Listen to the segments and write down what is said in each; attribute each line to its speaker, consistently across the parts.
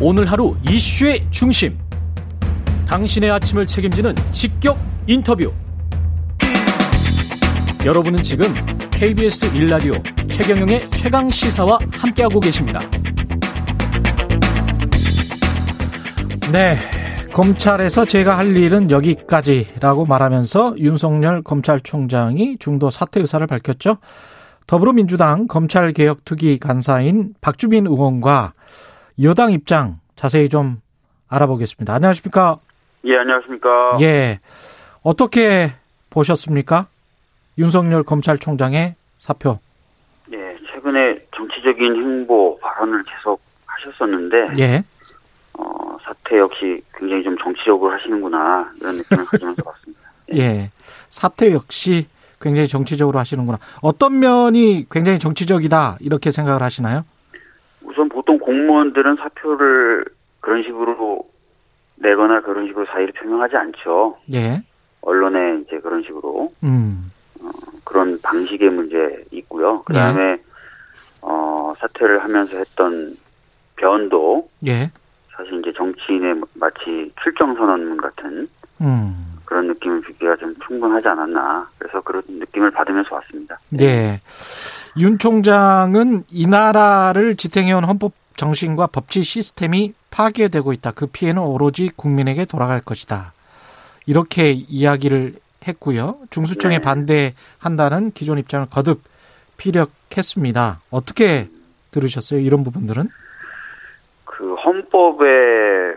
Speaker 1: 오늘 하루 이슈의 중심. 당신의 아침을 책임지는 직격 인터뷰. 여러분은 지금 KBS 1라디오 최경영의 최강 시사와 함께하고 계십니다.
Speaker 2: 네. 검찰에서 제가 할 일은 여기까지라고 말하면서 윤석열 검찰총장이 중도 사퇴 의사를 밝혔죠. 더불어민주당 검찰개혁특위 간사인 박주민 의원과 여당 입장 자세히 좀 알아보겠습니다. 안녕하십니까?
Speaker 3: 예, 안녕하십니까.
Speaker 2: 예. 어떻게 보셨습니까? 윤석열 검찰총장의 사표.
Speaker 3: 예, 최근에 정치적인 행보 발언을 계속 하셨었는데
Speaker 2: 예.
Speaker 3: 어, 사태 역시 굉장히 좀 정치적으로 하시는구나 이런 느낌을 가지면서 봤습니다.
Speaker 2: 예. 사퇴 역시 굉장히 정치적으로 하시는구나. 어떤 면이 굉장히 정치적이다 이렇게 생각을 하시나요?
Speaker 3: 우선 보통 공무원들은 사표를 그런 식으로 내거나 그런 식으로 사의를 표명하지 않죠.
Speaker 2: 예.
Speaker 3: 언론에 이제 그런 식으로
Speaker 2: 음.
Speaker 3: 그런 방식의 문제 있고요.
Speaker 2: 예.
Speaker 3: 그다음에 어, 사퇴를 하면서 했던 변도
Speaker 2: 예.
Speaker 3: 사실 이제 정치인의 마치 출정 선언문 같은
Speaker 2: 음.
Speaker 3: 그런 느낌을 주기가 좀 충분하지 않았나. 그래서 그런 느낌을 받으면서 왔습니다. 네.
Speaker 2: 예. 윤 총장은 이 나라를 지탱해온 헌법 정신과 법치 시스템이 파괴되고 있다. 그 피해는 오로지 국민에게 돌아갈 것이다. 이렇게 이야기를 했고요. 중수청에
Speaker 3: 네.
Speaker 2: 반대한다는 기존 입장을 거듭 피력했습니다. 어떻게 들으셨어요? 이런 부분들은?
Speaker 3: 그 헌법에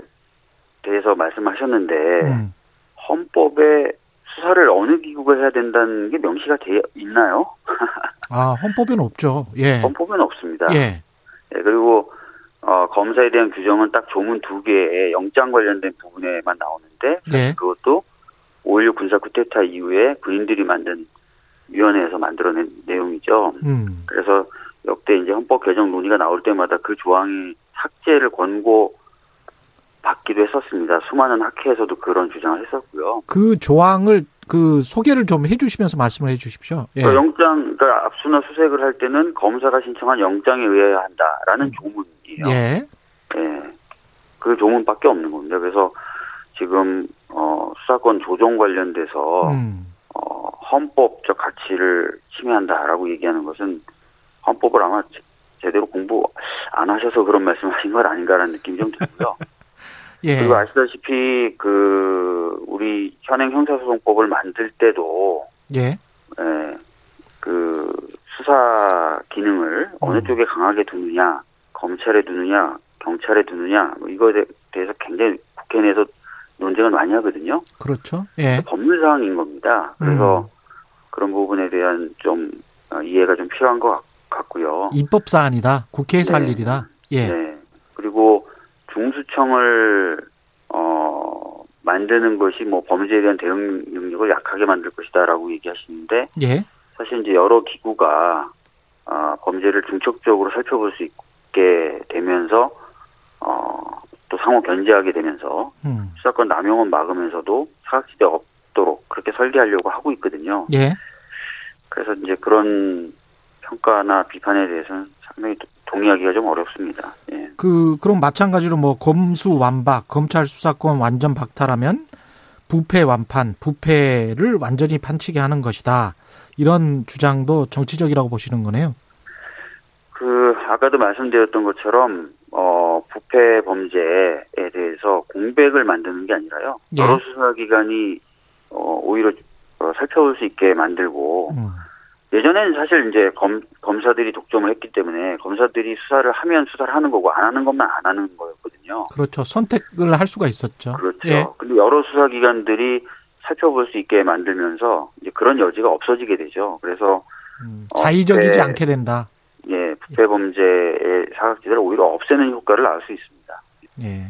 Speaker 3: 대해서 말씀하셨는데
Speaker 2: 음.
Speaker 3: 헌법에 수사를 어느 기구가 해야 된다는 게 명시가 돼 있나요?
Speaker 2: 아, 헌법에는 없죠. 예.
Speaker 3: 헌법에는 없습니다.
Speaker 2: 예.
Speaker 3: 예, 그리고 어, 검사에 대한 규정은 딱 조문 두 개에 영장 관련된 부분에만 나오는데
Speaker 2: 예.
Speaker 3: 그것도 5.16 군사 쿠데타 이후에 군인들이 만든 위원회에서 만들어낸 내용이죠.
Speaker 2: 음.
Speaker 3: 그래서 역대 이제 헌법 개정 논의가 나올 때마다 그 조항이 삭제를 권고 받기도 했었습니다. 수많은 학회에서도 그런 주장을 했었고요.
Speaker 2: 그 조항을 그 소개를 좀 해주시면서 말씀을 해주십시오. 예.
Speaker 3: 그러니까 영장, 그러니까 압수나 수색을 할 때는 검사가 신청한 영장에 의해야 한다라는 조문이에요.
Speaker 2: 예.
Speaker 3: 예. 그 조문밖에 없는 겁니다. 그래서 지금 어, 수사권 조정 관련돼서
Speaker 2: 음.
Speaker 3: 어, 헌법적 가치를 침해한다라고 얘기하는 것은 헌법을 아마 제- 제대로 공부 안 하셔서 그런 말씀하신 건 아닌가라는 느낌이 좀 들고요.
Speaker 2: 예.
Speaker 3: 그리고 아시다시피 그 우리 현행 형사소송법을 만들 때도
Speaker 2: 예.
Speaker 3: 예, 그 수사 기능을 어느
Speaker 2: 음.
Speaker 3: 쪽에 강하게 두느냐, 검찰에 두느냐, 경찰에 두느냐 뭐 이거에 대- 대해서 굉장히 국회 내에서 논쟁을 많이 하거든요.
Speaker 2: 그렇죠. 예.
Speaker 3: 법률 사항인 겁니다. 그래서
Speaker 2: 음.
Speaker 3: 그런 부분에 대한 좀 어, 이해가 좀 필요한 것 같- 같고요.
Speaker 2: 입법 사안이다. 국회에서 할
Speaker 3: 네.
Speaker 2: 일이다. 예.
Speaker 3: 네. 그리고 중수청을 어 만드는 것이 뭐 범죄에 대한 대응 능력을 약하게 만들 것이다라고 얘기하시는데
Speaker 2: 예.
Speaker 3: 사실 이제 여러 기구가 어, 범죄를 중첩적으로 살펴볼 수 있게 되면서 어또 상호 견제하게 되면서
Speaker 2: 음.
Speaker 3: 수사권 남용은 막으면서도 사각지대 없도록 그렇게 설계하려고 하고 있거든요.
Speaker 2: 예.
Speaker 3: 그래서 이제 그런 평가나 비판에 대해서는 상당히 도- 동의하기가 좀 어렵습니다. 예.
Speaker 2: 그 그럼 마찬가지로 뭐 검수 완박, 검찰 수사권 완전 박탈하면 부패 완판, 부패를 완전히 판치게 하는 것이다. 이런 주장도 정치적이라고 보시는 거네요.
Speaker 3: 그 아까도 말씀드렸던 것처럼 어 부패 범죄에 대해서 공백을 만드는 게 아니라요.
Speaker 2: 예.
Speaker 3: 여러 수사기관이 어 오히려 어, 살펴볼 수 있게 만들고
Speaker 2: 음.
Speaker 3: 예전에는 사실 이제 검 검사들이 독점을 했기 때문에 검사들이 수사를 하면 수사를 하는 거고 안 하는 것만 안 하는 거였거든요.
Speaker 2: 그렇죠. 선택을 할 수가 있었죠.
Speaker 3: 그렇죠.
Speaker 2: 예.
Speaker 3: 근데 여러 수사기관들이 살펴볼 수 있게 만들면서 이제 그런 여지가 없어지게 되죠. 그래서
Speaker 2: 음, 자의적이지
Speaker 3: 네.
Speaker 2: 않게 된다.
Speaker 3: 예, 부패 범죄의 사각지대를 오히려 없애는 효과를 낳을 수 있습니다.
Speaker 2: 예.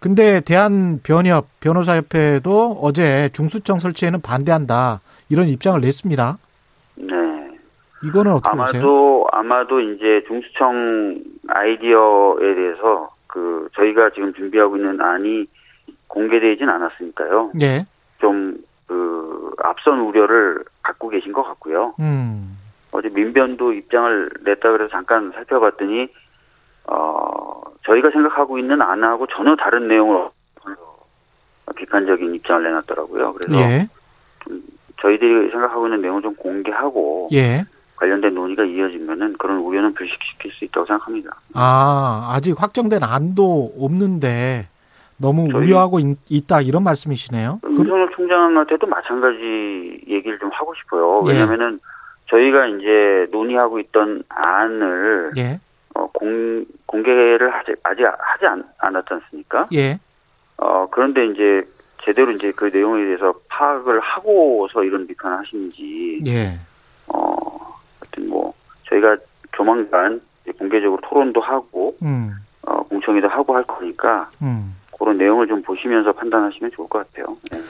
Speaker 2: 근데 대한 변협 변호사협회도 어제 중수청 설치에는 반대한다 이런 입장을 냈습니다.
Speaker 3: 네.
Speaker 2: 이거는 어떻게 보세요?
Speaker 3: 아마도 아마도 이제 중수청 아이디어에 대해서 그 저희가 지금 준비하고 있는 안이 공개되진 않았으니까요.
Speaker 2: 예.
Speaker 3: 좀 그 앞선 우려를 갖고 계신 것 같고요.
Speaker 2: 음.
Speaker 3: 어제 민변도 입장을 냈다 그래서 잠깐 살펴봤더니 어 저희가 생각하고 있는 안하고 전혀 다른 내용을 비판적인 입장을 내놨더라고요. 그래서
Speaker 2: 예.
Speaker 3: 저희들이 생각하고 있는 내용을 좀 공개하고
Speaker 2: 예.
Speaker 3: 관련된 논의가 이어지면은 그런 우려는 불식시킬 수 있다고 생각합니다.
Speaker 2: 아, 아직 확정된 안도 없는데 너무
Speaker 3: 저희- 음.
Speaker 2: 우려하고 있, 다 이런 말씀이시네요. 그-
Speaker 3: 윤석열 총장한테도 마찬가지 얘기를 좀 하고 싶어요.
Speaker 2: 예.
Speaker 3: 왜냐면은 저희가 이제 논의하고 있던 안을
Speaker 2: 예.
Speaker 3: 어, 공, 공개를 하지, 아직 하지 않, 않았지 않습니까?
Speaker 2: 예.
Speaker 3: 어, 그런데 이제 제대로 이제 그 내용에 대해서 파악을 하고서 이런 비판을 하시는지,
Speaker 2: 예.
Speaker 3: 어, 하여튼 뭐, 저희가 조만간 이제 공개적으로 토론도 하고,
Speaker 2: 음.
Speaker 3: 어, 공청회도 하고 할 거니까,
Speaker 2: 음.
Speaker 3: 그런 내용을 좀 보시면서 판단하시면 좋을 것 같아요. 네.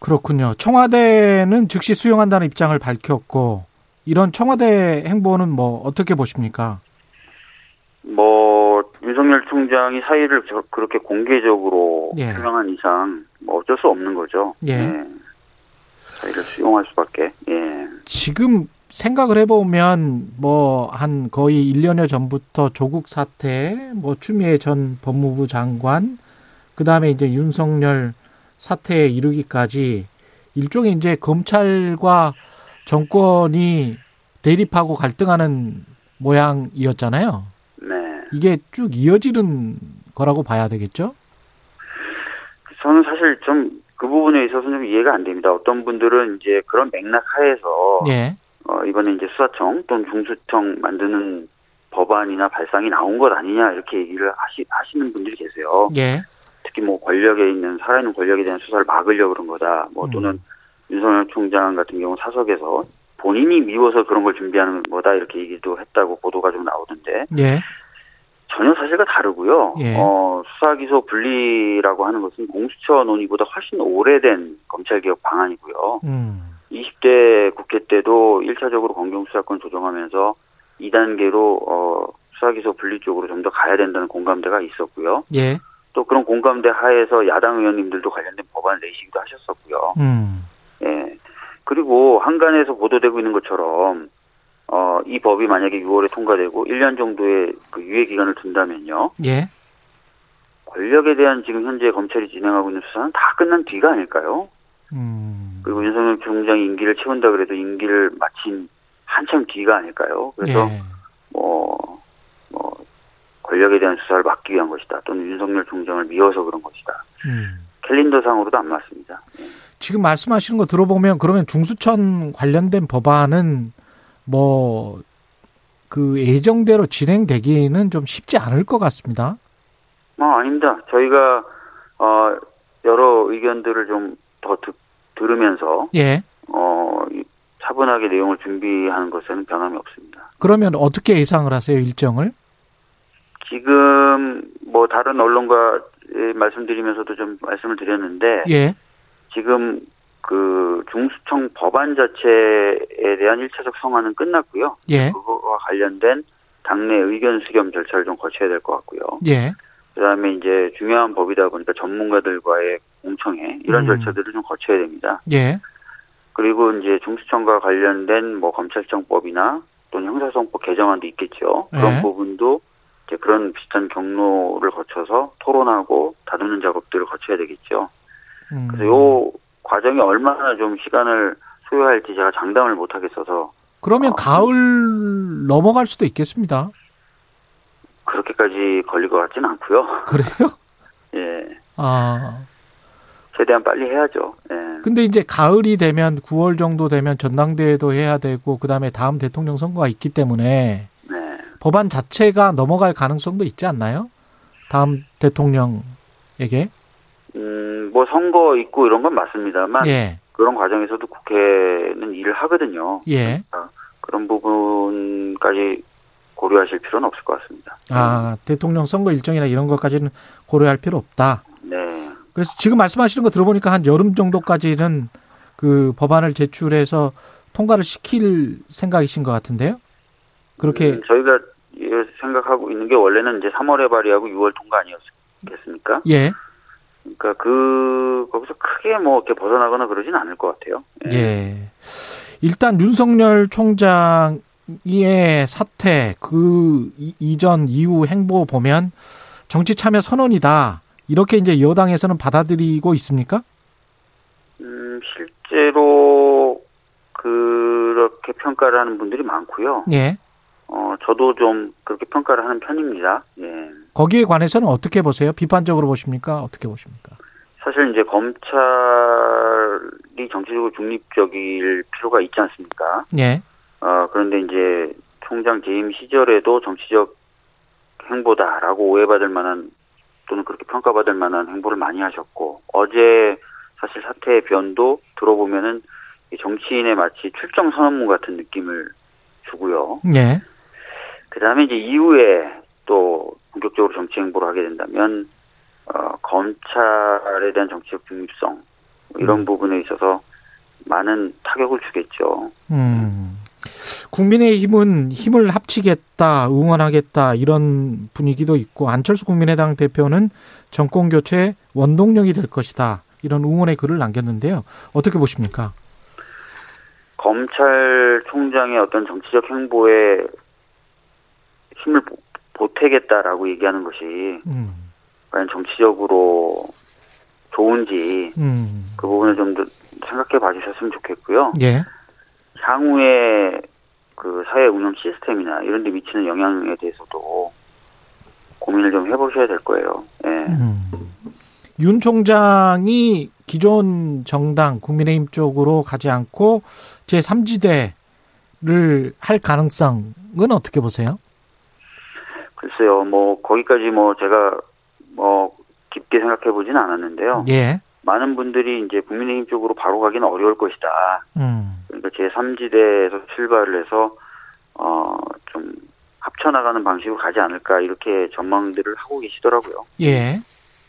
Speaker 2: 그렇군요. 청와대는 즉시 수용한다는 입장을 밝혔고 이런 청와대 행보는 뭐 어떻게 보십니까?
Speaker 3: 뭐, 윤석열 총장이 사의를 저- 그렇게 공개적으로
Speaker 2: 예.
Speaker 3: 표명한 이상, 뭐 어쩔 수 없는 거죠. 네.
Speaker 2: 예.
Speaker 3: 사의를 수용할 수밖에, 예.
Speaker 2: 지금 생각을 해보면 뭐 한 거의 1년여 전부터 조국 사태, 뭐 추미애 전 법무부 장관, 그 다음에 이제 윤석열 사태에 이르기까지 일종의 이제 검찰과 정권이 대립하고 갈등하는 모양이었잖아요.
Speaker 3: 네.
Speaker 2: 이게 쭉 이어지는 거라고 봐야 되겠죠?
Speaker 3: 저는 사실 좀 그 부분에 있어서는 좀 이해가 안 됩니다. 어떤 분들은 이제 그런 맥락 하에서
Speaker 2: 예,
Speaker 3: 어, 이번에 이제 수사청 또는 중수청 만드는 법안이나 발상이 나온 것 아니냐 이렇게 얘기를 하시, 하시는 분들이 계세요.
Speaker 2: 예,
Speaker 3: 특히 뭐 권력에 있는 살아있는 권력에 대한 수사를 막으려 그런 거다. 뭐 또는
Speaker 2: 음.
Speaker 3: 윤석열 총장 같은 경우 사석에서 본인이 미워서 그런 걸 준비하는 거다 이렇게 얘기도 했다고 보도가 좀 나오던데
Speaker 2: 예,
Speaker 3: 전혀 사실과 다르고요.
Speaker 2: 예.
Speaker 3: 어, 수사기소 분리라고 하는 것은 공수처 논의보다 훨씬 오래된 검찰개혁 방안이고요.
Speaker 2: 음,
Speaker 3: 20대 국회 때도 1차적으로 검경수사권 조정하면서 2단계로 어, 수사기소 분리 쪽으로 좀 더 가야 된다는 공감대가 있었고요.
Speaker 2: 예,
Speaker 3: 또 그런 공감대 하에서 야당 의원님들도 관련된 법안을 내시기도 하셨었고요.
Speaker 2: 음,
Speaker 3: 예. 그리고 한간에서 보도되고 있는 것처럼 어, 이 법이 만약에 6월에 통과되고 1년 정도의 그 유예 기간을 둔다면요.
Speaker 2: 예,
Speaker 3: 권력에 대한 지금 현재 검찰이 진행하고 있는 수사는 다 끝난 뒤가 아닐까요?
Speaker 2: 음,
Speaker 3: 그리고 윤석열 총장이 임기를 채운다 그래도 임기를 마친 한참 뒤가 아닐까요? 그래서
Speaker 2: 예.
Speaker 3: 뭐, 뭐 권력에 대한 수사를 막기 위한 것이다. 또는 윤석열 총장을 미워서 그런 것이다.
Speaker 2: 음.
Speaker 3: 캘린더상으로도 안 맞습니다. 예.
Speaker 2: 지금 말씀하시는 거 들어보면 그러면 중수천 관련된 법안은 뭐 그 예정대로 진행되기는 좀 쉽지 않을 것 같습니다.
Speaker 3: 아, 아닙니다. 저희가 어, 여러 의견들을 좀 더 들으면서
Speaker 2: 예.
Speaker 3: 어, 이 차분하게 내용을 준비하는 것에는 변함이 없습니다.
Speaker 2: 그러면 어떻게 예상을 하세요 일정을?
Speaker 3: 지금 뭐 다른 언론과 예, 말씀드리면서도 좀 말씀을 드렸는데
Speaker 2: 예.
Speaker 3: 지금 그 중수청 법안 자체에 대한 1차적 성안은 끝났고요.
Speaker 2: 예.
Speaker 3: 그거와 관련된 당내 의견 수렴 절차를 좀 거쳐야 될 것 같고요.
Speaker 2: 예.
Speaker 3: 그다음에 이제 중요한 법이다 보니까 전문가들과의 공청회 이런
Speaker 2: 음.
Speaker 3: 절차들을 좀 거쳐야 됩니다.
Speaker 2: 예.
Speaker 3: 그리고 이제 중수청과 관련된 뭐 검찰청법이나 또는 형사소송법 개정안도 있겠죠. 그런
Speaker 2: 네.
Speaker 3: 부분도 이제 그런 비슷한 경로를 거쳐서 토론하고 다루는 작업들을 거쳐야 되겠죠.
Speaker 2: 음.
Speaker 3: 그래서 요 과정이 얼마나 좀 시간을 소요할지 제가 장담을 못 하겠어서
Speaker 2: 그러면
Speaker 3: 어.
Speaker 2: 가을 넘어갈 수도 있겠습니다.
Speaker 3: 그렇게까지 걸릴 것 같지는 않고요.
Speaker 2: 그래요?
Speaker 3: 예,
Speaker 2: 아.
Speaker 3: 최대한 빨리 해야죠. 예.
Speaker 2: 근데 이제 가을이 되면 9월 정도 되면 전당대회도 해야 되고 그다음에 다음 대통령 선거가 있기 때문에
Speaker 3: 네.
Speaker 2: 법안 자체가 넘어갈 가능성도 있지 않나요? 다음 대통령에게
Speaker 3: 음, 뭐 선거 있고 이런 건 맞습니다만
Speaker 2: 예,
Speaker 3: 그런 과정에서도 국회는 일을 하거든요.
Speaker 2: 예.
Speaker 3: 그런 부분까지 고려하실 필요는 없을 것 같습니다.
Speaker 2: 아 대통령 선거 일정이나 이런 것까지는 고려할 필요 없다.
Speaker 3: 네.
Speaker 2: 그래서 지금 말씀하시는 거 들어보니까 한 여름 정도까지는 그 법안을 제출해서 통과를 시킬 생각이신 것 같은데요. 그렇게
Speaker 3: 음, 저희가 예, 생각하고 있는 게 원래는 이제 3월에 발의하고 6월 통과 아니었겠습니까?
Speaker 2: 예,
Speaker 3: 그러니까 그 거기서 크게 뭐 이렇게 벗어나거나 그러진 않을 것 같아요. 네.
Speaker 2: 예. 일단 윤석열 총장의 사태 그 이- 이전 이후 행보 보면 정치 참여 선언이다. 이렇게 이제 여당에서는 받아들이고 있습니까?
Speaker 3: 음, 실제로 그렇게 평가를 하는 분들이 많고요.
Speaker 2: 예.
Speaker 3: 어, 저도 좀 그렇게 평가를 하는 편입니다. 예.
Speaker 2: 거기에 관해서는 어떻게 보세요? 비판적으로 보십니까? 어떻게 보십니까?
Speaker 3: 사실 이제 검찰이 정치적으로 중립적일 필요가 있지 않습니까?
Speaker 2: 예.
Speaker 3: 어, 그런데 이제 총장 재임 시절에도 정치적 행보다라고 오해받을 만한 또는 그렇게 평가받을 만한 행보를 많이 하셨고 어제 사실 사태의 변도 들어보면은 이 정치인의 마치 출정 선언문 같은 느낌을 주고요.
Speaker 2: 예.
Speaker 3: 그다음에 이제 이후에 또 본격적으로 정치 행보를 하게 된다면 어, 검찰에 대한 정치적 중립성 뭐 이런
Speaker 2: 음.
Speaker 3: 부분에 있어서 많은 타격을 주겠죠.
Speaker 2: 음. 국민의힘은 힘을 합치겠다, 응원하겠다 이런 분위기도 있고 안철수 국민의당 대표는 정권 교체 원동력이 될 것이다 이런 응원의 글을 남겼는데요. 어떻게 보십니까?
Speaker 3: 검찰총장의 어떤 정치적 행보에 힘을 보- 보태겠다라고 얘기하는 것이
Speaker 2: 음,
Speaker 3: 과연 정치적으로 좋은지
Speaker 2: 음,
Speaker 3: 그 부분을 좀 더 생각해 봐주셨으면 좋겠고요.
Speaker 2: 예,
Speaker 3: 향후에 그 사회 운영 시스템이나 이런 데 미치는 영향에 대해서도 고민을 좀 해보셔야 될 거예요. 예.
Speaker 2: 음. 윤 총장이 기존 정당 국민의힘 쪽으로 가지 않고 제 3지대를 할 가능성은 어떻게 보세요?
Speaker 3: 글쎄요, 뭐, 거기까지 뭐, 제가 뭐, 깊게 생각해 보진 않았는데요.
Speaker 2: 예,
Speaker 3: 많은 분들이 이제 국민의힘 쪽으로 바로 가기는 어려울 것이다.
Speaker 2: 음,
Speaker 3: 그러니까 제3지대에서 출발을 해서 어 좀 합쳐나가는 방식으로 가지 않을까 이렇게 전망들을 하고 계시더라고요.
Speaker 2: 예.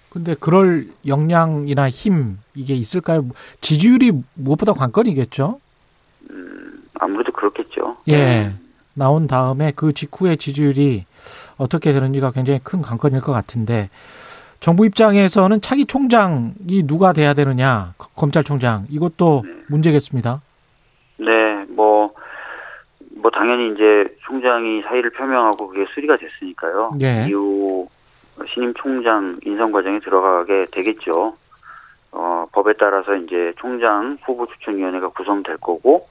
Speaker 2: 근데 그럴 역량이나 힘 이게 있을까요? 지지율이 무엇보다 관건이겠죠.
Speaker 3: 음 아무래도 그렇겠죠.
Speaker 2: 예. 나온 다음에 그 직후의 지지율이 어떻게 되는지가 굉장히 큰 관건일 것 같은데 정부 입장에서는 차기 총장이 누가 돼야 되느냐 거- 검찰총장 이것도
Speaker 3: 네.
Speaker 2: 문제겠습니다.
Speaker 3: 네, 뭐. 뭐 당연히 이제 총장이 사의를 표명하고 그게 수리가 됐으니까요.
Speaker 2: 예.
Speaker 3: 이후 신임 총장 인선 과정에 들어가게 되겠죠. 어, 법에 따라서 이제 총장 후보 추천위원회가 구성될 거고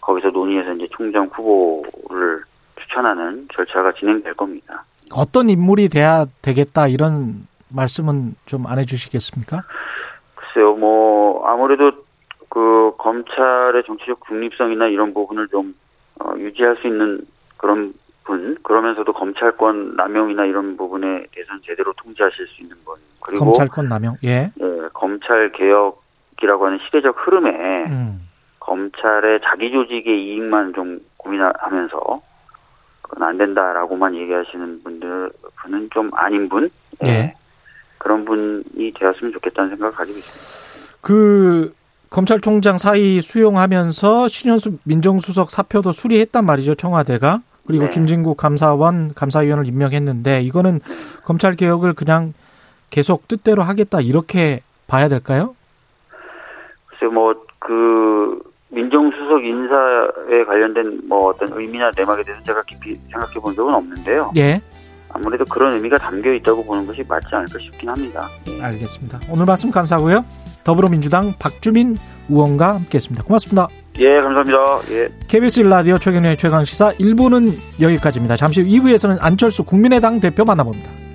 Speaker 3: 거기서 논의해서 이제 총장 후보를 추천하는 절차가 진행될 겁니다.
Speaker 2: 어떤 인물이 돼야 되겠다 이런 말씀은 좀 안 해주시겠습니까?
Speaker 3: 글쎄요, 뭐 아무래도 그 검찰의 정치적 중립성이나 이런 부분을 좀 어, 유지할 수 있는 그런 분 그러면서도 검찰권 남용이나 이런 부분에 대해서는 제대로 통제하실 수 있는 분 그리고
Speaker 2: 검찰권 남용. 예.
Speaker 3: 예, 검찰 개혁이라고 하는 시대적 흐름에
Speaker 2: 음.
Speaker 3: 검찰의 자기 조직의 이익만 좀 고민하면서 그건 안 된다라고만 얘기하시는 분들 분은 좀 아닌 분 예.
Speaker 2: 예.
Speaker 3: 그런 분이 되었으면 좋겠다는 생각을 가지고 있습니다.
Speaker 2: 그 검찰총장 사이 수용하면서 신현수 민정수석 사표도 수리했단 말이죠 청와대가 그리고
Speaker 3: 네.
Speaker 2: 김진국 감사원 감사위원을 임명했는데 이거는 검찰 개혁을 그냥 계속 뜻대로 하겠다 이렇게 봐야 될까요?
Speaker 3: 글쎄 뭐, 뭐그 민정수석 인사에 관련된 뭐 어떤 의미나 내막에 대해서 제가 깊이 생각해 본 적은 없는데요.
Speaker 2: 예,
Speaker 3: 아무래도 그런 의미가 담겨 있다고 보는 것이 맞지 않을까 싶긴 합니다. 예.
Speaker 2: 아. 알겠습니다. 오늘 말씀 감사하고요. 더불어민주당 박주민 의원과 함께했습니다. 고맙습니다.
Speaker 3: 예, 감사합니다. 예.
Speaker 2: KBS 일라디오 최경련의 최강 시사 1부는 여기까지입니다. 잠시 후 2부에서는 안철수 국민의당 대표 만나봅니다.